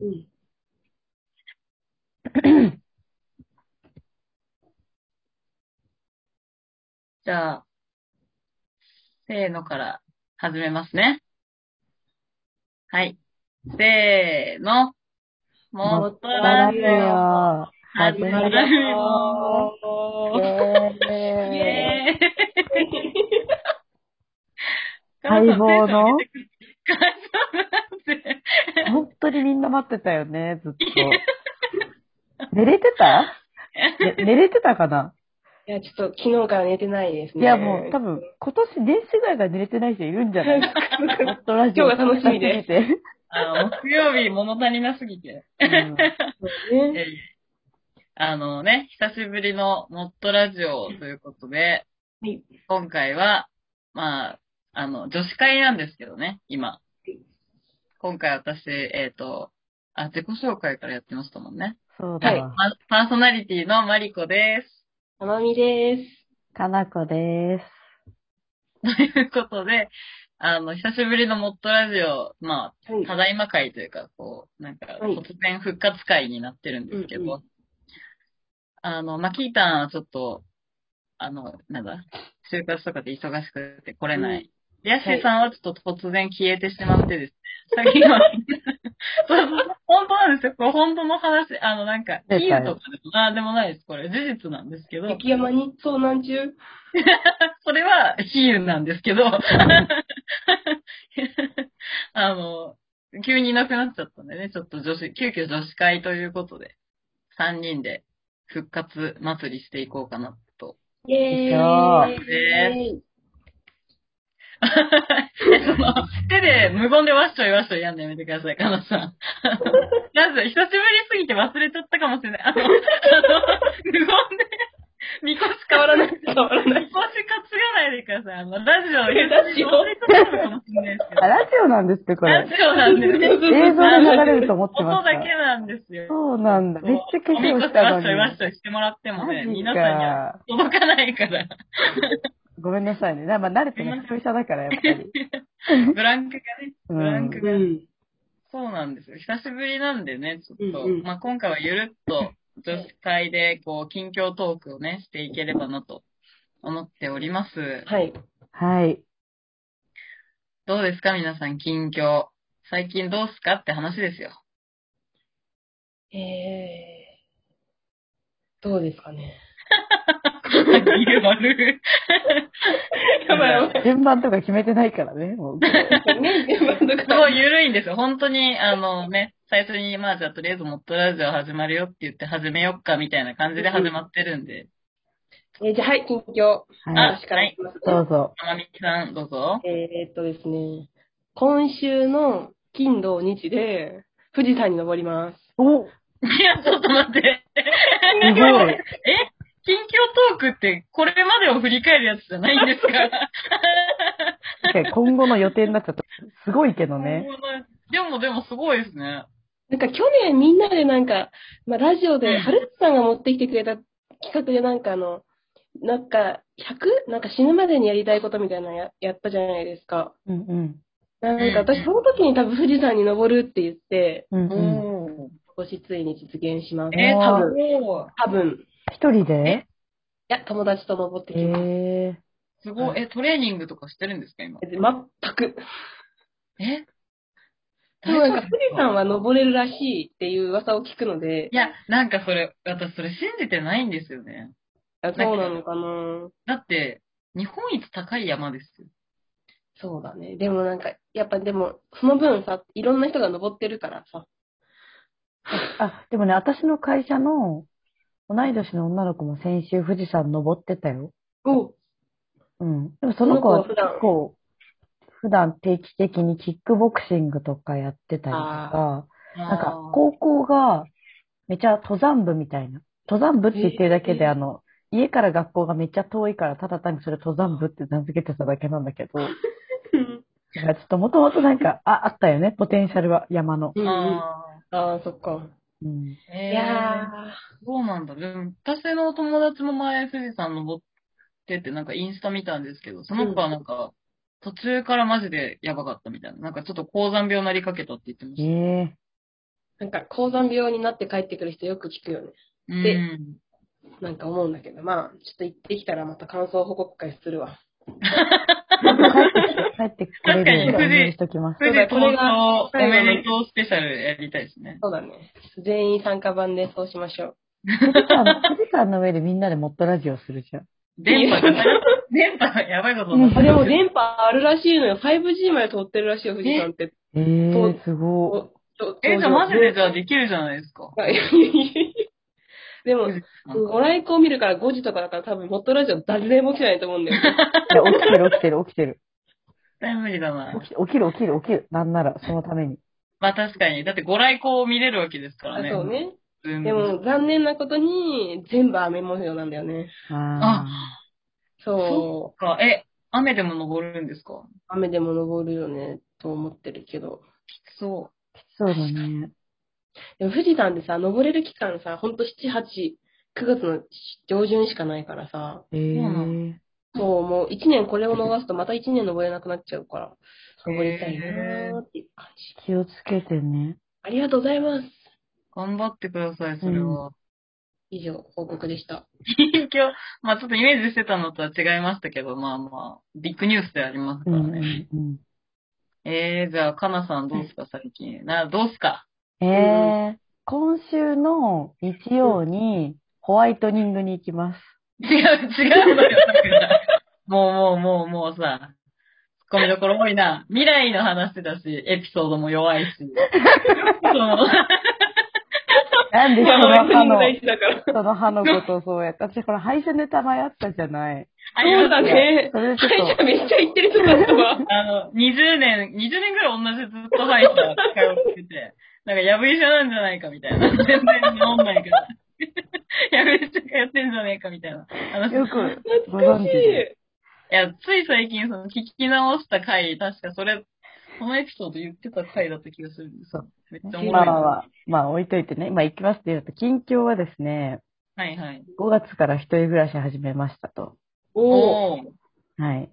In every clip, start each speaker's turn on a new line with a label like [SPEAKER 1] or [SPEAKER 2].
[SPEAKER 1] うん。じゃあ、せーのから始めますね。はい。せーの。もっとラジオ。始まるよー。イェーイ。
[SPEAKER 2] 待 望
[SPEAKER 1] 感
[SPEAKER 2] の
[SPEAKER 1] 想なんて
[SPEAKER 2] 本当にみんな待ってたよね、ずっと。寝れてたね寝れてたかない
[SPEAKER 3] や、ちょっと昨日から寝てないです
[SPEAKER 2] い
[SPEAKER 3] ね。
[SPEAKER 2] や、もう多分、今年年始ぐらいから寝れてない人いるんじゃない もっとラジオ
[SPEAKER 3] 今日が楽しみで
[SPEAKER 2] 楽しみ
[SPEAKER 1] あの、木曜日物足りなすぎて。
[SPEAKER 2] でうん
[SPEAKER 3] ね
[SPEAKER 1] いやいやあのね、久しぶりのモットラジオということで、
[SPEAKER 3] はい
[SPEAKER 1] 今回は、まあ、あの、女子会なんですけどね、今。
[SPEAKER 3] い
[SPEAKER 1] 今回私、えっ、と、あ、自己紹介からやってましたもんね。
[SPEAKER 2] そうだ
[SPEAKER 1] パ
[SPEAKER 2] わ。
[SPEAKER 1] パーソナリティのマリコです。
[SPEAKER 3] たまみです。
[SPEAKER 2] かなこです。
[SPEAKER 1] ということで、あの、久しぶりのモットラジオ、ま
[SPEAKER 3] は
[SPEAKER 1] あ、ただいま会というか、こう、なんか、
[SPEAKER 3] はい
[SPEAKER 1] 突然復活会になってるんですけど、
[SPEAKER 3] うんう
[SPEAKER 1] あの、まあ、キータンはちょっと、あの、なんだ、就活とかで忙しくて来れない。でヤッシーさんはちょっと突然消えてしまってですね、さっき の、そうそう本当なんですよ。これ本当の話、あの、なんか、キ
[SPEAKER 2] 出たよ
[SPEAKER 1] ーとかでもなんでもないです。これ、事実なんですけど。
[SPEAKER 3] 雪山に遭難中
[SPEAKER 1] それは比喩なんですけど、 あの、急にいなくなっちゃったんでね、ちょっと女子、急遽女子会ということで、3人で復活祭りしていこうかなと。
[SPEAKER 3] イェ
[SPEAKER 2] よ
[SPEAKER 3] ー
[SPEAKER 2] い
[SPEAKER 3] イ
[SPEAKER 1] しその手で無言でわっしょいわっしょいやんのやめてください、かなさん。まず、久しぶりすぎて忘れちゃったかもしれない。あの、あの無言で、みこし変
[SPEAKER 3] 変わ
[SPEAKER 1] わ
[SPEAKER 3] ら
[SPEAKER 1] らな
[SPEAKER 3] ないい、。変わらな
[SPEAKER 1] み
[SPEAKER 3] い。
[SPEAKER 1] こし担がないでください。あの、ラジオ、
[SPEAKER 3] ラジオ
[SPEAKER 1] 忘れちゃったのかもしれないですけど
[SPEAKER 2] あ、。ラジオなんですって、こ
[SPEAKER 1] ラ
[SPEAKER 2] れ
[SPEAKER 1] ジ。オなんですね。
[SPEAKER 2] 映像で流れると思ってま
[SPEAKER 1] 音
[SPEAKER 2] し
[SPEAKER 1] だけ
[SPEAKER 2] た。
[SPEAKER 1] なんですよ。
[SPEAKER 2] そうなんだ。めっちゃ化
[SPEAKER 1] おみ
[SPEAKER 2] 粧
[SPEAKER 1] こし
[SPEAKER 2] した
[SPEAKER 1] わ
[SPEAKER 2] の
[SPEAKER 1] っしょいわっ
[SPEAKER 2] に。
[SPEAKER 1] しょいしてもらってもね、
[SPEAKER 2] マジか
[SPEAKER 1] 皆さんには届かない から、
[SPEAKER 2] ごめんなさいね。まあ、慣れてない会社だから、やっぱり。
[SPEAKER 1] ブランクがね、ブランク
[SPEAKER 3] う
[SPEAKER 1] が。
[SPEAKER 3] ん。
[SPEAKER 1] そうなんですよ。久しぶりなんでね、ちょっと、
[SPEAKER 3] うんうん
[SPEAKER 1] まあ今回はゆるっと女子会で、こう、近況トークをね、していければなと思っております。
[SPEAKER 3] はい。
[SPEAKER 2] はい。
[SPEAKER 1] どうですか皆さん、近況。最近どうすかって話ですよ。
[SPEAKER 3] えー、どうですかね。
[SPEAKER 1] 言う悪い。やばいや ばい
[SPEAKER 2] 順番とか決めてないからね、もう。
[SPEAKER 3] ね、今の
[SPEAKER 1] すごい緩いんですよ。本当に、あのね、最初に、まあじゃあとりあえずモットラジオ始まるよって言って始めよっかみたいな感じで始まってるんで。
[SPEAKER 3] えーじゃあ、はい、近況。
[SPEAKER 2] はい。
[SPEAKER 3] 私からいきますね。
[SPEAKER 2] どうぞ。
[SPEAKER 1] まみさん、どうぞ。
[SPEAKER 3] えーっとですね、今週の金土日で、富士山に登ります。
[SPEAKER 2] おす
[SPEAKER 1] いや、ちょっと待って。
[SPEAKER 2] ごい。
[SPEAKER 1] 近況トークって、これまでを振り返るやつじゃないんですか
[SPEAKER 2] 確かに今後の予定になっちゃった。すごいけどね。
[SPEAKER 1] でも、でもすごいですね。
[SPEAKER 3] なんか去年みんなでなんか、まあ、ラジオ
[SPEAKER 1] う
[SPEAKER 3] で、
[SPEAKER 1] ん
[SPEAKER 3] 春日さんが持ってきてくれた企画でなんかあの、なんか 100? なんか死ぬまでにやりたいことみたいなのややったじゃないですか。
[SPEAKER 2] うんうん。
[SPEAKER 3] なん
[SPEAKER 1] うん
[SPEAKER 3] か私その時に多分富士山に登るって言って、
[SPEAKER 2] うんうん。
[SPEAKER 1] お
[SPEAKER 3] 今年ついに実現します。
[SPEAKER 1] えー、
[SPEAKER 2] 多
[SPEAKER 1] 多
[SPEAKER 3] 分
[SPEAKER 1] 分。
[SPEAKER 3] 多分。い
[SPEAKER 2] 一人で
[SPEAKER 3] や、友達と登ってきます。
[SPEAKER 2] ええ
[SPEAKER 1] すごい。え、トレーニングとかしてるんですか、今。
[SPEAKER 3] 全く。
[SPEAKER 1] え
[SPEAKER 3] でもなんか富士山は登れるらしいっていう噂を聞くので
[SPEAKER 1] い、や、なんかそれ、私それ信じてないんですよね。
[SPEAKER 3] あそうなのかな
[SPEAKER 1] だって、日本一高い山ですよ。
[SPEAKER 3] そうだね。でもなんか、やっぱでも、その分さ、いろんな人が登ってるからさ、
[SPEAKER 2] あ、でもね、私の会社の同い年の女の子も先週富士山登ってたよ。
[SPEAKER 3] お
[SPEAKER 2] うん。でもその子は
[SPEAKER 3] その
[SPEAKER 2] 結
[SPEAKER 3] 子は
[SPEAKER 2] 構、普段定期的にキックボクシングとかやってたりとか、なんか高校がめちゃ登山部みたいな。登山部って言ってるだけで、
[SPEAKER 3] えー
[SPEAKER 2] あの、家から学校がめっちゃ遠いから、ただ単にそれ登山部って名付けてただけなんだ けど、だからちょっともともとなんか、あ、あったよね、ポテンシャルは山の。
[SPEAKER 3] うん、あ
[SPEAKER 1] あ
[SPEAKER 3] あー、そっか。
[SPEAKER 2] うん。
[SPEAKER 1] ーえ
[SPEAKER 3] い
[SPEAKER 1] ー
[SPEAKER 3] や
[SPEAKER 1] そうなんだ。でも、私のお友達も前、富士山登ってて、なんかインスタ見たんですけど、その子はなんか、途中からマジでやばかったみたいな。なんかちょっと高山病になりかけたって言ってま
[SPEAKER 2] え
[SPEAKER 1] し
[SPEAKER 2] え
[SPEAKER 3] なんか、高山病になって帰ってくる人よく聞くよね。
[SPEAKER 1] うん。
[SPEAKER 3] なんか思うんだけど、まあ、ちょっと行ってきたらまた感想報告会するわ。
[SPEAKER 2] 帰っ てくれるようにしときます。
[SPEAKER 1] 富士
[SPEAKER 3] これ
[SPEAKER 1] 東
[SPEAKER 3] が
[SPEAKER 1] 京おめでとうスペシャルやりたいですね。
[SPEAKER 3] そうだね。全員参加版でそうしましょう。
[SPEAKER 2] 富士山、富士山の上でみんなでモットラジオするじゃん。
[SPEAKER 1] 電波がな、電波がやばいことになって
[SPEAKER 3] あ
[SPEAKER 1] る
[SPEAKER 3] でも電波あるらしいのよ。5G まで通ってるらしいよ、富士山って。
[SPEAKER 2] えー、すごい。
[SPEAKER 3] おと
[SPEAKER 1] え、じゃあマジでじゃあできるじゃないですか。
[SPEAKER 3] はい でも、ご来光見るから5時とかだから多分、モットラジオ誰でも来てないと思うんだよね。
[SPEAKER 2] いや起きてる起きてる起きてる。
[SPEAKER 1] 絶対無理だな。
[SPEAKER 2] 起き起きる起きる起きる。なんなら、そのために。
[SPEAKER 1] まあ確かに。だってご来光を見れるわけですからね。
[SPEAKER 3] そうね。
[SPEAKER 1] ズーム
[SPEAKER 3] でも、残念なことに、全部雨模様なんだよね。
[SPEAKER 1] あ、
[SPEAKER 3] そ
[SPEAKER 1] そっか。え、雨でも登るんですか
[SPEAKER 3] う。雨でも登るよね、と思ってるけど。
[SPEAKER 1] そ
[SPEAKER 2] ー。きつそうだね。
[SPEAKER 3] でも富士山でさ、登れる期間さ、ほんと7、8、9月の上旬しかないからさ、
[SPEAKER 2] え
[SPEAKER 1] そうな
[SPEAKER 2] ー。
[SPEAKER 3] そう、もう1年これを逃すとまた1年登れなくなっちゃうから、登りたいなーっていう感じ。
[SPEAKER 2] 気をつけてね。
[SPEAKER 3] ありがとうございます。
[SPEAKER 1] う。頑張ってください、それは。
[SPEAKER 3] 以上、報告で した。
[SPEAKER 1] 近況、まあちょっとイメージしてたのとは違いましたけど、まあまあ、ビッグニュースでありますか
[SPEAKER 2] うん
[SPEAKER 1] らね。
[SPEAKER 2] うんうん。
[SPEAKER 1] えー、じゃあ、かなさんどうすか、最近。な、どうすか
[SPEAKER 2] えー、今週の日曜にホワイトニングに行 きます。
[SPEAKER 1] 違う、違うのよ、さくらもう、もう、もう、もうさ、ツッコミどころ多いな。未来の話だし、エピソードも弱い し。その
[SPEAKER 2] なんでそ
[SPEAKER 3] まあ
[SPEAKER 2] の歯の、
[SPEAKER 3] 大事だから。
[SPEAKER 2] その歯のことをそうやって。私ほら、配信でたまやったじゃない。
[SPEAKER 1] あり
[SPEAKER 3] そう
[SPEAKER 1] ま
[SPEAKER 3] だ
[SPEAKER 1] すよ
[SPEAKER 3] ね。
[SPEAKER 2] それでちょっと
[SPEAKER 3] 歯医者めっちゃ行ってる人だった わ。
[SPEAKER 1] あの、20年、20年ぐらい同じずっと歯医者通ってて、 なんか、やぶ医者なんじゃないかみたいな。全然治んないから。やぶ医者通ってんじゃねえかみたいな 話。い
[SPEAKER 2] よくご
[SPEAKER 3] 懐か
[SPEAKER 2] 存
[SPEAKER 3] し
[SPEAKER 2] 知
[SPEAKER 3] い。
[SPEAKER 2] で。
[SPEAKER 1] や、つい最近、その、聞き直した回、確かそれ、このエピソード言ってた回だった気がするんですよめっちゃおも
[SPEAKER 2] ま
[SPEAKER 1] ろい
[SPEAKER 2] あまあま
[SPEAKER 1] な。
[SPEAKER 2] あ、まあ置いといてね。まあ行きますって言うと、近況はですね、
[SPEAKER 1] はいはい。
[SPEAKER 2] 5月から一人暮らし始めましたと。
[SPEAKER 3] おお。
[SPEAKER 1] ー。
[SPEAKER 2] はい。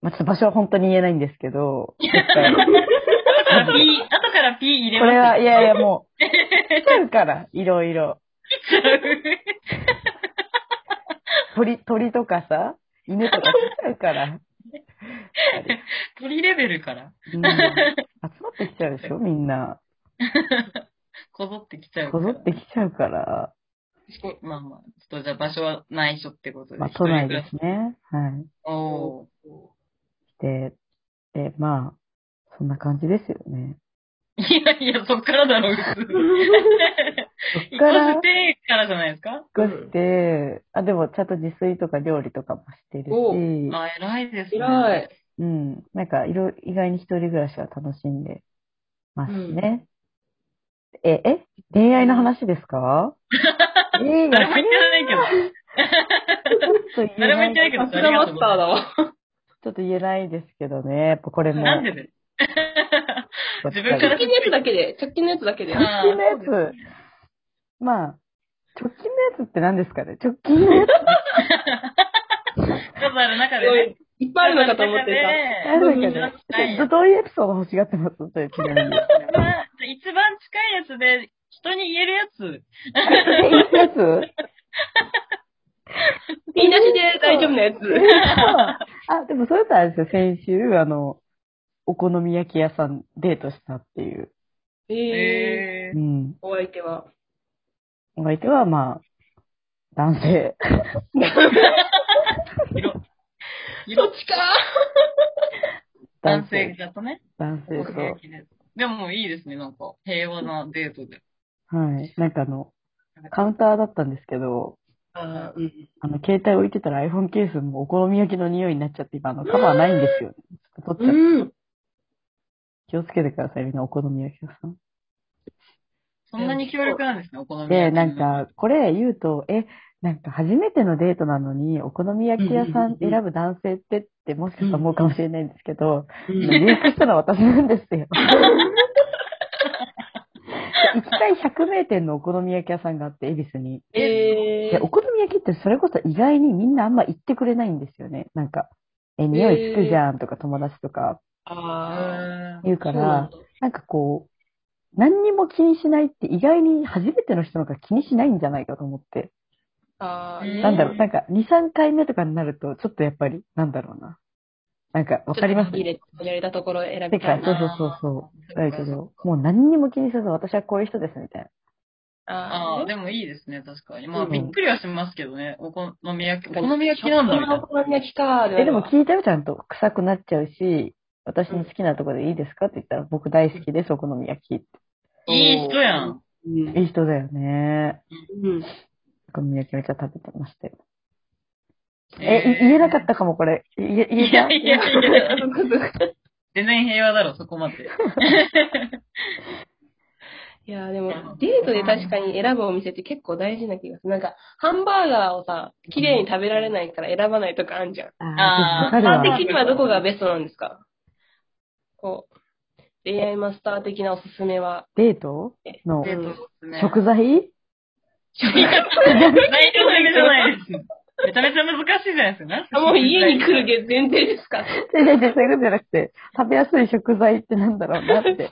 [SPEAKER 2] まあちょっと場所は本当に言えないんですけど、絶対
[SPEAKER 1] 後からピー、後からピー入れ
[SPEAKER 2] こ
[SPEAKER 1] ます
[SPEAKER 2] れ
[SPEAKER 1] よ
[SPEAKER 2] は、いやいやもう、来ちゃうから、いろいろ。鳥、鳥とかさ、犬とか来ちゃう から。
[SPEAKER 1] 鳥レベルから、
[SPEAKER 2] うん、集まってきちゃうでしょ、みんな。
[SPEAKER 1] こぞってきちゃうか
[SPEAKER 2] こ
[SPEAKER 1] ら。
[SPEAKER 2] ぞってきちゃうから。
[SPEAKER 1] まあまあ、ちょっとじゃあ場所は内緒ってことで。
[SPEAKER 2] まあ、都内ですね。はい。
[SPEAKER 1] おー
[SPEAKER 2] で、で、まあ、そんな感じですよね。
[SPEAKER 1] いやいや、そっからだろ、普通。
[SPEAKER 2] そっから
[SPEAKER 1] 引っ越してからじゃないですか
[SPEAKER 2] 少して、あ、でもちゃんと自炊とか料理とかもしてる
[SPEAKER 3] お
[SPEAKER 2] し、
[SPEAKER 1] あ、偉いですね。
[SPEAKER 3] 偉い。
[SPEAKER 2] うん。なんか、いろ、意外に一人暮らしは楽しんでますね。え、え恋愛の話ですかええ
[SPEAKER 1] 誰も言ってない
[SPEAKER 2] ちょっ
[SPEAKER 1] け
[SPEAKER 2] と
[SPEAKER 1] ど。誰も言ってない
[SPEAKER 2] け
[SPEAKER 1] け
[SPEAKER 2] ど。
[SPEAKER 1] ど、
[SPEAKER 3] さすがマスターだわ。
[SPEAKER 2] ちょっと言えないですけどね。やっぱこれも。
[SPEAKER 1] なんでだよ自分から
[SPEAKER 3] 直近のやつだけで、直近のやつだけで。
[SPEAKER 1] あ
[SPEAKER 2] 直近のや
[SPEAKER 1] そう
[SPEAKER 2] つ、まあ、直近のやつって何ですかね直近のやつ
[SPEAKER 1] 数ある中でね。
[SPEAKER 3] いっぱいあるのかと思って
[SPEAKER 1] ね
[SPEAKER 2] 何だっけね
[SPEAKER 1] ちょっと近い
[SPEAKER 2] ちょっとどういうエピソード欲しがってますというち なみに。
[SPEAKER 1] まあ一番近いやつで、人に言えるやつ。
[SPEAKER 2] えいいやつ
[SPEAKER 3] た。言い出しで大丈夫なやつ。
[SPEAKER 2] あ、でもそれとあれですよ、先週、あの、お好み焼き屋さんデートしたっていう。
[SPEAKER 3] えー、
[SPEAKER 1] え
[SPEAKER 2] う
[SPEAKER 1] ー
[SPEAKER 2] ん。
[SPEAKER 3] お相手は。
[SPEAKER 2] お相手は、まあ、男性。
[SPEAKER 1] 広
[SPEAKER 3] どっちか
[SPEAKER 1] 男性だとね。
[SPEAKER 2] 男性
[SPEAKER 1] お好み焼きででもいいですね、なんか。平和なデートで。
[SPEAKER 2] と。はい。なんかあの、カウンターだったんですけど、
[SPEAKER 3] あーうん。
[SPEAKER 2] あの、携帯置いてたら iPhone ケースもお好み焼きの匂いになっちゃって、今、あの、カバーないんですよ、ね。ちょっと取っちゃう。
[SPEAKER 3] うん。
[SPEAKER 2] 気をつけてください、みんな、お好み焼き屋さん。
[SPEAKER 1] そんなに強力なんですね、お好み焼き。
[SPEAKER 2] で、なん、か、これ言うと、え、なんか初めてのデートなのに、お好み焼き屋さん選ぶ男性ってって、もしかしたら思うかもしれないんですけど、
[SPEAKER 3] うん
[SPEAKER 2] 入手したのは私なんです よ。一回100名店のお好み焼き屋さんがあって、恵比寿に。
[SPEAKER 3] え
[SPEAKER 2] で、お好み焼きってそれこそ意外にみんなあんま行ってくれないんですよね。なんか、え、匂いつくじゃんとか友達とか
[SPEAKER 3] ああ。
[SPEAKER 2] 言うから、なんかこう、何にも気にしないって意外に初めての人の方が気にしないんじゃないかと思って。
[SPEAKER 3] あ
[SPEAKER 1] えー
[SPEAKER 3] ー
[SPEAKER 2] なんだろう、なんか2、3回目とかになると、ちょっとやっぱり、なんだろうな。なんか、わかります
[SPEAKER 3] ちょっと入れ入れたところを選
[SPEAKER 2] て
[SPEAKER 3] びた
[SPEAKER 2] か
[SPEAKER 3] い、
[SPEAKER 2] そ
[SPEAKER 3] な。
[SPEAKER 2] うそうそうそう。だけど、もう何にも気にせず、私はこういう人です、みたいな。
[SPEAKER 1] あ
[SPEAKER 3] あ
[SPEAKER 1] あ、
[SPEAKER 3] ー
[SPEAKER 1] でもいいですね、確かに。まあ、
[SPEAKER 2] うん
[SPEAKER 1] びっくりはしますけどね。お好み焼き、お好み焼きなんだ、みたいな。
[SPEAKER 3] お好み焼きか。
[SPEAKER 2] え、でも聞いたよ、ちゃんと。臭くなっちゃうし、私の好きなとこでいいですかって言ったら、僕大好きです、お好み焼きって。
[SPEAKER 1] いい人やん。
[SPEAKER 3] うん。
[SPEAKER 2] いい人だよね。
[SPEAKER 3] うん。
[SPEAKER 2] お好み焼きめっちゃ食べてましたよ。
[SPEAKER 1] え
[SPEAKER 2] え、い言えなかったかも、これ。い言え、言え
[SPEAKER 1] いや
[SPEAKER 2] た
[SPEAKER 1] いやいやいや、
[SPEAKER 3] い
[SPEAKER 1] 全然平和だろ、そこまで。
[SPEAKER 3] や、でも、デートで確かに選ぶお店って結構大事な気がする。なんか、ハンバーガーをさ、綺麗に食べられないから選ばないとかあるじゃん。
[SPEAKER 1] あー
[SPEAKER 2] わかる
[SPEAKER 1] あ
[SPEAKER 3] 一
[SPEAKER 1] ー
[SPEAKER 3] 般
[SPEAKER 2] わ。
[SPEAKER 3] 的にはどこがベストなんですかこう、恋愛マスター的なおすすめは。
[SPEAKER 2] デートの
[SPEAKER 1] デートおすすめ。
[SPEAKER 2] 食材
[SPEAKER 1] いや内容だけじゃないです。めちゃめちゃ難しいじゃないですか。なん
[SPEAKER 3] あもう家に来るげ前提ですか
[SPEAKER 2] 違う違う違う、そういうことじゃなくて、食べやすい食材ってなんだろうなって。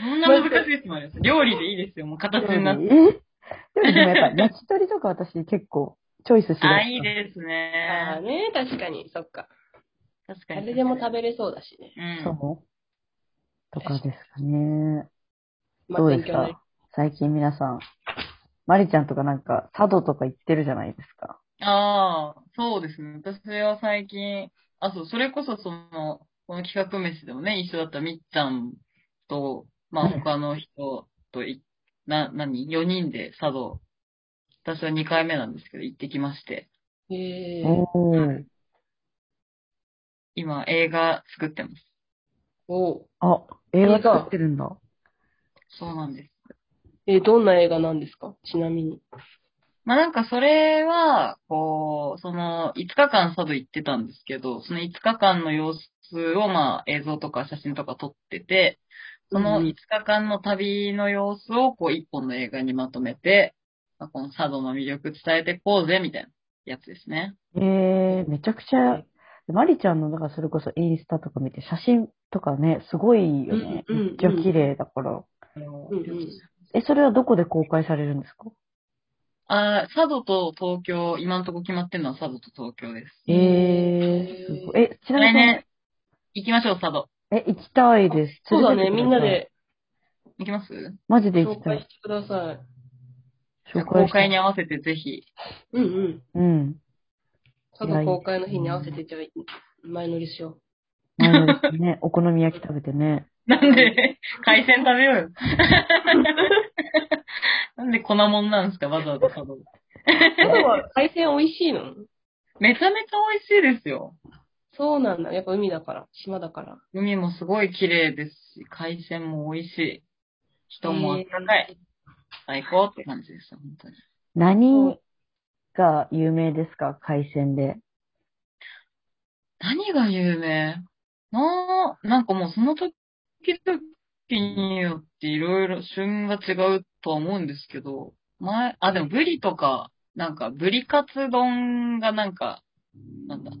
[SPEAKER 1] そんな難しい質問です。料理でいいですよ、もう形になって。
[SPEAKER 2] えでもやっぱ焼き鳥とか私結構チョイスしがち
[SPEAKER 1] あ、いいです
[SPEAKER 3] ああ
[SPEAKER 1] ね。
[SPEAKER 3] ね、確かに、そっか。
[SPEAKER 1] 確かに。
[SPEAKER 3] 誰でも食べれそうだしね。
[SPEAKER 1] うん。
[SPEAKER 2] そう。とかですかね。
[SPEAKER 3] まあ
[SPEAKER 2] どうです
[SPEAKER 3] 勉強になり
[SPEAKER 2] か最近皆さん、マリちゃんとかなんか、佐渡とか行ってるじゃないですか。
[SPEAKER 1] ああ、そうですね。私は最近、あ、そう、それこそその、この企画飯でもね、一緒だったみっちゃんと、まあ
[SPEAKER 2] うん
[SPEAKER 1] 他の人とい、な、なに、4人で佐渡、私は2回目なんですけど、行ってきまして、
[SPEAKER 3] へえ
[SPEAKER 2] おー。
[SPEAKER 1] 今映画作ってます。
[SPEAKER 3] おう
[SPEAKER 2] あ、映画作ってるんだ。
[SPEAKER 1] そうなんです。
[SPEAKER 3] え、どんな映画なんですかちなみに。
[SPEAKER 1] まあなんかそれは、こう、その5日間佐渡行ってたんですけど、その5日間の様子をまあ映像とか写真とか撮ってて、その
[SPEAKER 3] うん
[SPEAKER 1] 5日間の旅の様子をこう1本の映画にまとめて、まあ、この佐渡の魅力伝えてこうぜみたいなやつですね。
[SPEAKER 2] えー、めちゃくちゃ、マリちゃんの、だからそれこそインスタとか見て、写真とかね、すごいよね。
[SPEAKER 3] うんうんうん
[SPEAKER 2] めっちゃ綺麗だから。
[SPEAKER 3] うんうん
[SPEAKER 2] え、それはどこで公開されるんですか
[SPEAKER 1] あー佐渡と東京、今のところ決まってるのは佐渡と東京です。
[SPEAKER 2] えー、すごい。え、ちな
[SPEAKER 1] 来
[SPEAKER 2] みに、
[SPEAKER 1] 年、行きましょう、佐渡。
[SPEAKER 2] え、行きたいです。
[SPEAKER 3] そうだね、
[SPEAKER 2] 連れてってくさい
[SPEAKER 3] みんな。で
[SPEAKER 1] 行きます
[SPEAKER 2] マジで行
[SPEAKER 3] 紹
[SPEAKER 2] きた
[SPEAKER 3] 介し
[SPEAKER 2] い。
[SPEAKER 3] てください。
[SPEAKER 1] 公開
[SPEAKER 2] に。
[SPEAKER 1] に合わせてぜひ。
[SPEAKER 3] うんうん。
[SPEAKER 2] うん。
[SPEAKER 3] 佐渡公開の日に合わせて、じゃあ、前乗りしよ
[SPEAKER 2] 前のです ね、お好み焼き食べてね。
[SPEAKER 1] なんで、海鮮食べようよ。 なんで粉もんなんですか、わざわざ佐渡。
[SPEAKER 3] う。佐渡は海鮮美味しいの
[SPEAKER 1] めちゃめちゃ美味しいですよ。
[SPEAKER 3] そうなんだ。やっぱ海だから、島だから。
[SPEAKER 1] 海もすごい綺麗ですし、海鮮も美味しい。人も温かい。最高って感じです、本当に。
[SPEAKER 2] 何が有名ですか海鮮で。
[SPEAKER 1] 何が有名なあなんかもうその時々によっていろいろ旬が違うとは思うんですけど、前、あ、でもブリとか、なんかブリカツ丼がなんか、なんだ、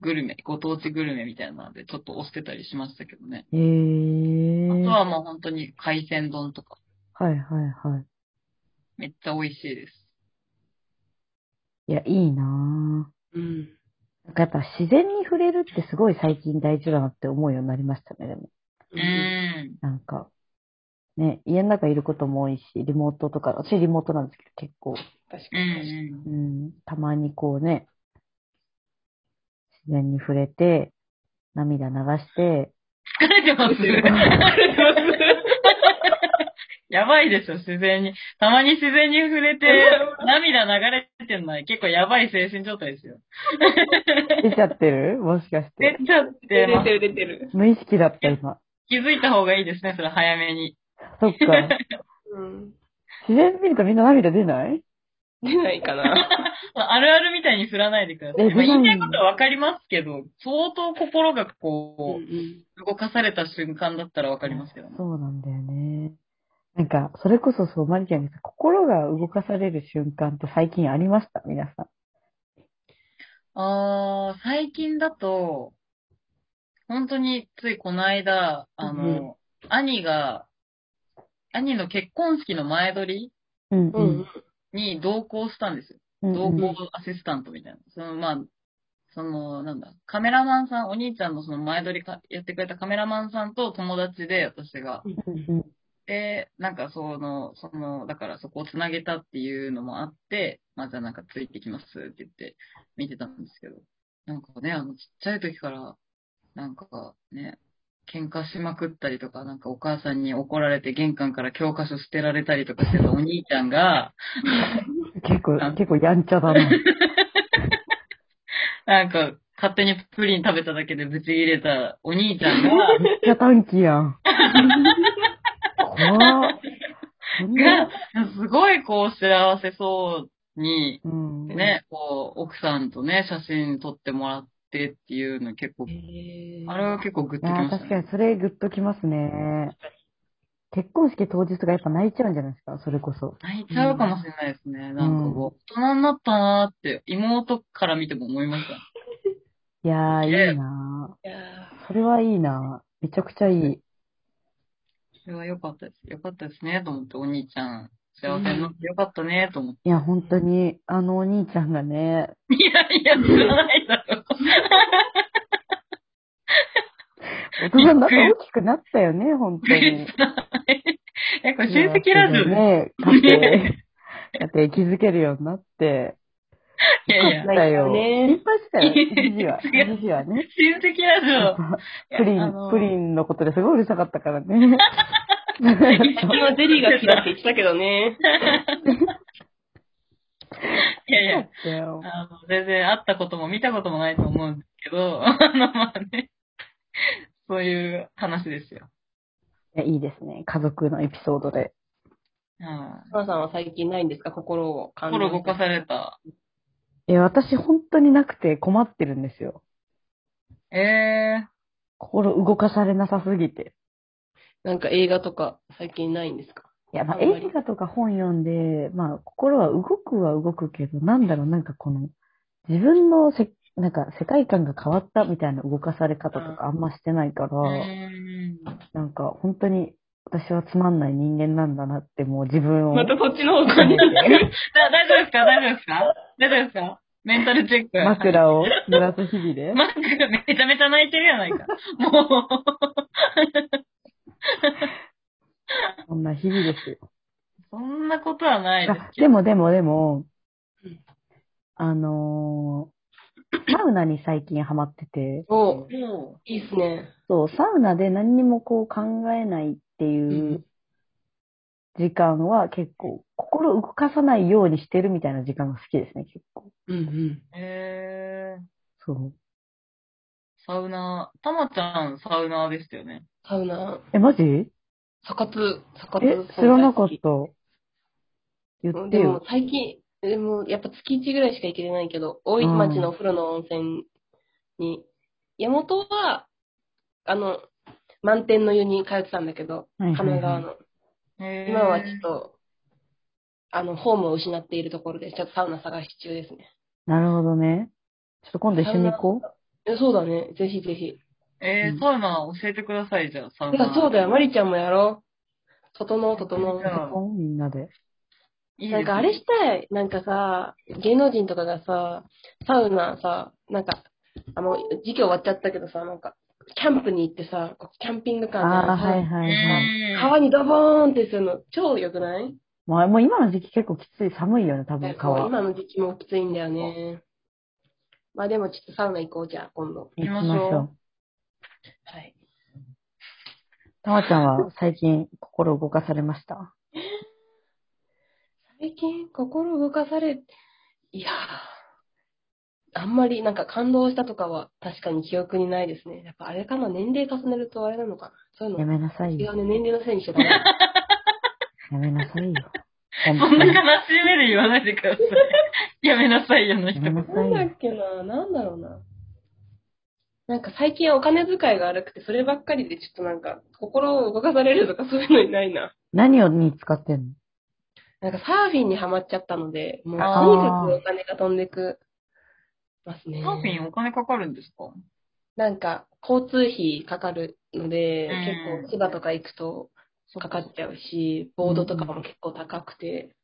[SPEAKER 1] グルメ、ご当地グルメみたいなのでちょっと押してたりしましたけどね。
[SPEAKER 2] え
[SPEAKER 1] あ
[SPEAKER 2] ー。
[SPEAKER 1] と
[SPEAKER 2] は
[SPEAKER 1] はもう本当に海鮮丼とか、
[SPEAKER 2] いはいは
[SPEAKER 1] めっちゃ美味しいです。
[SPEAKER 2] い。いや、いいな
[SPEAKER 3] うん。
[SPEAKER 2] ぁ。なんかやっぱ自然に触れるってすごい最近大事だなって思うようになりましたね、でも。
[SPEAKER 1] う
[SPEAKER 3] うん
[SPEAKER 1] ーん。
[SPEAKER 2] なんか。ね、家の中いることも多いし、リモートとか、私リモートなんですけど結構、
[SPEAKER 3] 確か
[SPEAKER 1] う
[SPEAKER 3] に。
[SPEAKER 1] ん
[SPEAKER 2] う。ん、たまにこうね、自然に触れて、涙流して、
[SPEAKER 1] 疲れてます やばいでしょ、自然に。たまに自然に触れて、涙流れてんのは結構やばい精神状態ですよ。
[SPEAKER 2] 出ちゃってるもしかし
[SPEAKER 1] 出
[SPEAKER 2] て。
[SPEAKER 1] ちゃって
[SPEAKER 3] 出
[SPEAKER 1] ます
[SPEAKER 3] てる出てる。
[SPEAKER 2] 無意識だった、今。
[SPEAKER 1] 気づいた方がいいですね、それ早めに。
[SPEAKER 2] そっか。
[SPEAKER 3] うん。
[SPEAKER 2] 自然見るとみんな涙出ない
[SPEAKER 3] 出ないかな。
[SPEAKER 1] あるあるみたいに振らないでください。
[SPEAKER 2] え
[SPEAKER 1] まあ、言いたい
[SPEAKER 2] 出ない
[SPEAKER 1] ことはわかりますけど、相当心がこ
[SPEAKER 3] ん。
[SPEAKER 1] う、動かされた瞬間だったらわかりますけどね。
[SPEAKER 2] そうなんだよね。なんか、それこそそう、マリちゃんがさ、心が動かされる瞬間って最近ありました、皆さん。
[SPEAKER 1] あー、最近だと、本当についこの間、あの、兄が、兄の結婚式の前撮り
[SPEAKER 2] うん
[SPEAKER 3] う
[SPEAKER 2] うんん。。
[SPEAKER 1] に同行したんですよ。
[SPEAKER 2] うん
[SPEAKER 1] 同
[SPEAKER 2] うん
[SPEAKER 1] 行アシスタントみたいな。その、まあ、その、なんだ、カメラマンさん、お兄ちゃんのその前撮りかやってくれたカメラマンさんと友達で、私が。
[SPEAKER 2] うん
[SPEAKER 1] で、なんかその、その、だからそこをつなげたっていうのもあって、まあじゃあなんかついてきますって言って見てたんですけど、なんかね、あのちっちゃい時から、なんかね、喧嘩しまくったりとか、なんかお母さんに怒られて玄関から教科書捨てられたりとかしてたお兄ちゃんが、
[SPEAKER 2] 結構、結構やんちゃだな。
[SPEAKER 1] なんか勝手にプリン食べただけでブチ切れたお兄ちゃんが、
[SPEAKER 2] めっちゃ短期やん。怖っ。そんな
[SPEAKER 1] が、すごいこう幸せそうに
[SPEAKER 2] うん。
[SPEAKER 1] でね、こう、奥さんとね、写真撮ってもらってっていうの結構、
[SPEAKER 3] へー
[SPEAKER 1] あれは結構グッ
[SPEAKER 2] い
[SPEAKER 1] とき
[SPEAKER 2] や
[SPEAKER 1] まし
[SPEAKER 2] ー
[SPEAKER 1] た
[SPEAKER 2] 確か
[SPEAKER 1] ね。
[SPEAKER 2] にそれグッときますね。結婚式当日がやっぱ泣いちゃうんじゃないですか、それこそ。
[SPEAKER 1] 泣いちゃうかもしれないですね。なんかこう、大人になったなーって、妹から見ても思いました。
[SPEAKER 2] いや
[SPEAKER 1] ね
[SPEAKER 2] ー、いいない
[SPEAKER 3] や
[SPEAKER 2] ーそれはいいなーめちゃくちゃいい。
[SPEAKER 1] それは良かったです。良かったですね、と思って、お兄ちゃん、幸せになって良かったね、と思 って。
[SPEAKER 2] いや、本当に、あのお兄ちゃんがね、
[SPEAKER 1] いやいや、知らないだろ。
[SPEAKER 2] 大人になって大きくなったよ ね、本当に。
[SPEAKER 1] え、これ親戚ラジオね。
[SPEAKER 2] ね。家庭、家庭気づけるようになって。
[SPEAKER 1] いやいや
[SPEAKER 2] よか、ったよ。
[SPEAKER 3] ね
[SPEAKER 2] 心配したよ、一時は。
[SPEAKER 1] 違う
[SPEAKER 2] 一時はね。
[SPEAKER 1] 親戚ラジオ。
[SPEAKER 2] プリ
[SPEAKER 1] いやあ
[SPEAKER 2] ン、
[SPEAKER 1] の
[SPEAKER 2] プリンのことですごいうるさかったからね。
[SPEAKER 3] ー。今ゼリーが嫌って言ってたけどね。
[SPEAKER 1] いやいや
[SPEAKER 2] だ、ってよ
[SPEAKER 1] あの、全然会ったことも見たこともないと思うんですけど、あの、まあね、そういう話ですよ。
[SPEAKER 2] いやいいですね。家族のエピソードで。
[SPEAKER 1] は
[SPEAKER 3] お母さんは最近ないんですか心を
[SPEAKER 1] い
[SPEAKER 3] 感
[SPEAKER 1] 心動かされた。
[SPEAKER 2] え、私本当になくて困ってるんですよ。
[SPEAKER 1] え
[SPEAKER 2] 心動かされなさすぎて。
[SPEAKER 3] なんか映画とか最近ないんですか
[SPEAKER 2] いや、まあ
[SPEAKER 3] あんまり
[SPEAKER 2] 映画とか本読んで、まあ心は動くは動くけど、なんだろう、なんかこの、自分のせ、なんか世界観が変わったみたいな動かされ方とかあんましてないから、
[SPEAKER 1] ー。うーん
[SPEAKER 2] なんか本当に私はつまんない人間なんだなってもう自分を。
[SPEAKER 3] またそっちの方向に。
[SPEAKER 1] だ大丈夫ですか大丈夫ですか大丈夫ですかメンタルチェック。
[SPEAKER 2] 枕を濡らす日々で。
[SPEAKER 1] 枕めちゃめちゃ泣いてるやないか。もう、
[SPEAKER 2] そんな日々ですよ。
[SPEAKER 1] そんなことはないです
[SPEAKER 2] あ
[SPEAKER 1] けど。
[SPEAKER 2] でもでもでも
[SPEAKER 3] うん、
[SPEAKER 2] あのーサウナに最近ハマってて、
[SPEAKER 3] お
[SPEAKER 1] も
[SPEAKER 3] いいっすね。
[SPEAKER 2] そう、サウナで何にもこう考えないって
[SPEAKER 3] う
[SPEAKER 2] いうん時間は結構、心動かさないようにしてるみたいな時間が好きですね、結構。
[SPEAKER 3] うんうん。
[SPEAKER 1] う、えー、
[SPEAKER 2] そう。
[SPEAKER 1] サウナー、たまちゃんサウナーでしたよね。
[SPEAKER 3] サウナ、
[SPEAKER 2] え、マジ
[SPEAKER 3] サカツ、サカツ。
[SPEAKER 2] え、知らなかった。言
[SPEAKER 3] うん
[SPEAKER 2] って
[SPEAKER 3] でも
[SPEAKER 2] よ。
[SPEAKER 3] 最近、でもやっぱ月1ぐらいしか行けてないけど、大井町のお風呂の温泉に、山本は、あの、満天の湯に通ってたんだけど、
[SPEAKER 2] はいはいはい
[SPEAKER 3] 神奈川の。
[SPEAKER 1] えー、
[SPEAKER 3] 今はちょっと、あの、ホームを失っているところで、ちょっとサウナ探し中ですね。
[SPEAKER 2] なるほどね。ちょっと今度一緒に行こう。
[SPEAKER 3] えそうだね。ぜひぜひ。
[SPEAKER 1] え
[SPEAKER 2] うん
[SPEAKER 1] ー、サウナ教えてください、じゃあ、サウ
[SPEAKER 3] て
[SPEAKER 1] ナ
[SPEAKER 3] か、。そうだよ。マリちゃんもやろう。整う、整う
[SPEAKER 1] じ。ゃあ
[SPEAKER 2] 行こうみんなで。
[SPEAKER 1] いいです
[SPEAKER 3] なんかあれしたい。なんかさ、芸能人とかがさ、サウナさ、なんか、あの、時期終わっちゃったけどさ、なんか、キャンプに行ってさ、こうキャンピングカーで
[SPEAKER 2] ああ、
[SPEAKER 3] さ
[SPEAKER 2] はいはいはい。
[SPEAKER 3] 川にドボーンってするの、超良くない
[SPEAKER 2] まあ、もう今の時期結構きつい、寒いよね、多
[SPEAKER 3] な
[SPEAKER 2] 分
[SPEAKER 3] んか
[SPEAKER 2] 川。
[SPEAKER 3] 今の時期もきついんだよね。まあでもちょっとサウナ行こうじゃあ、今度。
[SPEAKER 2] 行きま
[SPEAKER 1] 行き
[SPEAKER 2] し
[SPEAKER 1] ましょ
[SPEAKER 2] ょ
[SPEAKER 1] う
[SPEAKER 2] う。
[SPEAKER 3] はい。
[SPEAKER 2] たまちゃんは最近心動かされました。
[SPEAKER 3] 最近、心動かされ、いやー、あんまりなんか感動したとかは確かに記憶にないですね。やっぱあれかな、年齢重ねるとあれなのかな。そういうの
[SPEAKER 2] やめなさい
[SPEAKER 3] 違
[SPEAKER 2] よ。
[SPEAKER 3] うね、年齢のせいにしちゃ ダメ。
[SPEAKER 2] やめなさいよ。ほん
[SPEAKER 1] そ
[SPEAKER 2] と
[SPEAKER 1] んな悲
[SPEAKER 2] に
[SPEAKER 1] しい目で言わないでください。やめなさいよの人
[SPEAKER 2] や。めなさ
[SPEAKER 3] ないんだ
[SPEAKER 2] よ。
[SPEAKER 3] っけな、なんだろうな。なんか最近はお金遣いが悪くて、そればっかりでちょっとなんか、心を動かされるとかそういうのにないな。
[SPEAKER 2] 何をに使ってんの
[SPEAKER 3] なんかサーフィンにハマっちゃったので、もうとに
[SPEAKER 1] あー
[SPEAKER 3] かくお金が飛んでくますね。
[SPEAKER 1] サーフィンお金かかるんですか
[SPEAKER 3] なんか、交通費かかるので、
[SPEAKER 1] うん
[SPEAKER 3] 結構千葉とか行くと、かかっちゃうし、ボードとかも結構高くて、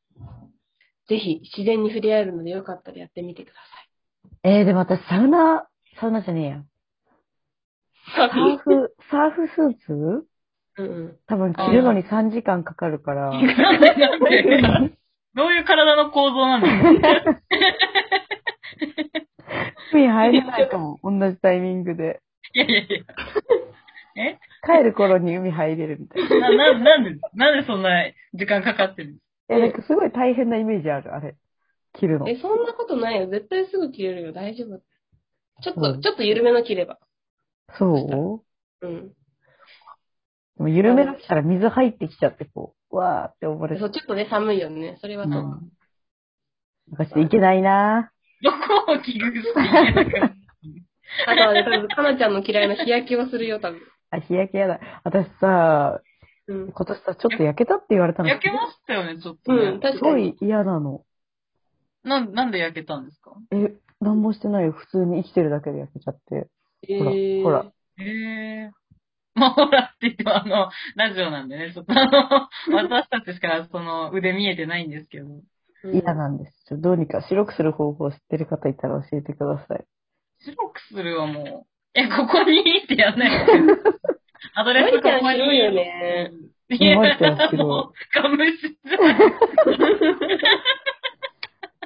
[SPEAKER 3] ぜひ自然に触れ合えるのでよかったらやってみてください。
[SPEAKER 2] えー、でも私サウナ、サウナじゃねえや。サ ー フ、サーフスーツ
[SPEAKER 3] うんうん。
[SPEAKER 2] 多分着るのに3時間かかるから。
[SPEAKER 1] どういう体の構造なんだろう
[SPEAKER 2] 海入れないかも。同じタイミングで。
[SPEAKER 1] いやいやいや。え
[SPEAKER 2] 帰る頃に海入れるみたいな。
[SPEAKER 1] な、な、なんで、なんでそんな時間かかってるんです
[SPEAKER 2] え、なんかすごい大変なイメージある、あれ。着るの。
[SPEAKER 3] え、そんなことないよ。絶対すぐ切れるよ。大丈夫。ちょっと、
[SPEAKER 2] うん
[SPEAKER 3] ちょっと緩めの切れば。
[SPEAKER 2] そう
[SPEAKER 3] うん。
[SPEAKER 2] でも緩めだったら水入ってきちゃって、こう、わーって溺れ
[SPEAKER 3] そう、ちょっとね、寒いよね。それは
[SPEAKER 2] う
[SPEAKER 3] と
[SPEAKER 2] ん。
[SPEAKER 3] 思う。
[SPEAKER 2] なんかちょっといけないな
[SPEAKER 1] どこを聞くすかいけなかった
[SPEAKER 3] あとはね、多分、かなちゃんの嫌いな日焼けをするよ、多分。
[SPEAKER 2] あ、日焼けやだ。私さ、
[SPEAKER 3] うん。
[SPEAKER 2] 今年さ、ちょっと焼けたって言われ たの。
[SPEAKER 1] 焼けましたよね、ちょっとね。
[SPEAKER 3] うん、
[SPEAKER 2] す
[SPEAKER 3] 確か
[SPEAKER 2] ご
[SPEAKER 3] に。
[SPEAKER 2] い嫌なの。
[SPEAKER 1] なん、なんで焼けたんですか
[SPEAKER 2] え、なんもしてないよ。普通に生きてるだけで焼けちゃって。
[SPEAKER 3] え
[SPEAKER 2] ほら
[SPEAKER 3] ー
[SPEAKER 2] ほら。
[SPEAKER 1] へえ まあ、ほらって言っても、あの、ラジオなんでね、ちょっとあの、 私たちしか、その、腕見えてないんですけど。
[SPEAKER 3] うん
[SPEAKER 2] 嫌なんです。ちょどうにか白くする方法を知ってる方いたら教えてください。
[SPEAKER 1] 白くするはもう、え、ここにってやんないと。 アドレス
[SPEAKER 3] 森ちゃん
[SPEAKER 1] ここに
[SPEAKER 3] 白いよね。
[SPEAKER 1] いや、
[SPEAKER 2] 森ちゃん白い
[SPEAKER 1] もう、ガムシじ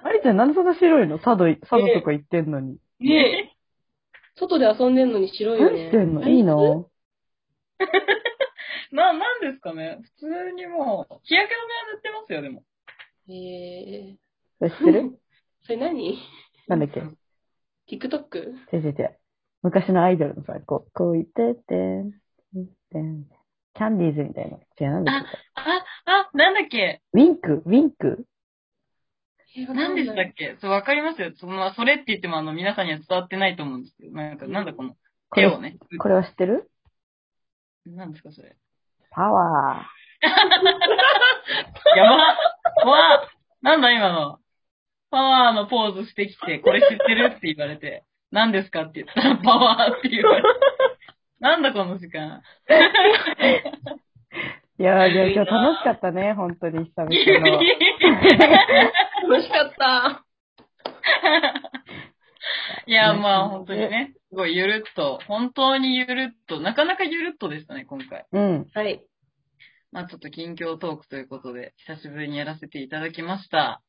[SPEAKER 2] マリちゃんなんでそんな白いの佐渡い、佐渡とか行ってんのに。
[SPEAKER 3] ねえ外で遊んでんのに白いよ
[SPEAKER 2] 何
[SPEAKER 3] ね。
[SPEAKER 2] してんのいいの
[SPEAKER 1] ゃん。な、なんですかね普通にもう、日焼け止めは塗ってますよ、でも。
[SPEAKER 3] え
[SPEAKER 2] それ知ってる
[SPEAKER 3] それ何
[SPEAKER 2] なんだっけ
[SPEAKER 3] ?TikTok?
[SPEAKER 2] 違う違う違う。昔のアイドルのさ、こう、こう言ってて、てん、キャンディーズみたいな。違う、なんだっけ
[SPEAKER 1] あ、あ、なんだっけ
[SPEAKER 2] ウィンクウィンク
[SPEAKER 3] えーわか
[SPEAKER 1] なんん
[SPEAKER 3] な
[SPEAKER 1] で
[SPEAKER 3] い
[SPEAKER 1] したっけそう、わかりますよ。その、それって言っても、あの、皆さんには伝わってないと思うんですけど、なんか、なんだこの、
[SPEAKER 2] こ
[SPEAKER 1] 手
[SPEAKER 2] れ
[SPEAKER 1] をね。
[SPEAKER 2] これは知ってる
[SPEAKER 1] なんですか、それ。
[SPEAKER 2] パワ
[SPEAKER 1] やばわなんだ今の。パワーのポーズしてきて、これ知ってるって言われて、何ですかって言ったら、パワーって言われて。なんだこの時間。
[SPEAKER 2] ーいやー、じゃあ今日楽しかったね、本当に久々の。
[SPEAKER 3] 楽しかった。
[SPEAKER 1] いや、まあ本当にね、すごいゆるっと、本当にゆるっと、なかなかゆるっとでしたね、今回。
[SPEAKER 2] うん。
[SPEAKER 3] はい。
[SPEAKER 1] まあちょっと近況トークということで、久しぶりにやらせていただきました。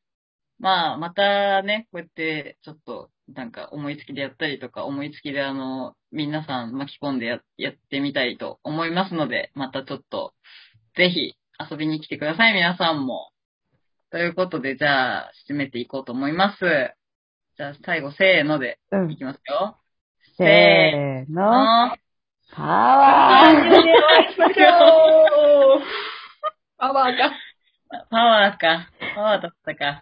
[SPEAKER 1] まあまたね、こうやってちょっとなんか思いつきでやったりとか、思いつきであの、皆さん巻き込んでややってみたいと思いますので、またちょっと、ぜひ遊びに来てください、皆さんも。ということで、じゃあ、締めていこうと思います。じゃあ、最後、せーので、
[SPEAKER 2] う
[SPEAKER 1] い
[SPEAKER 2] ん。
[SPEAKER 1] きますよ。
[SPEAKER 2] せーの。
[SPEAKER 1] あ
[SPEAKER 2] パワー
[SPEAKER 3] パワーが。
[SPEAKER 1] パワーか。パワーだったか。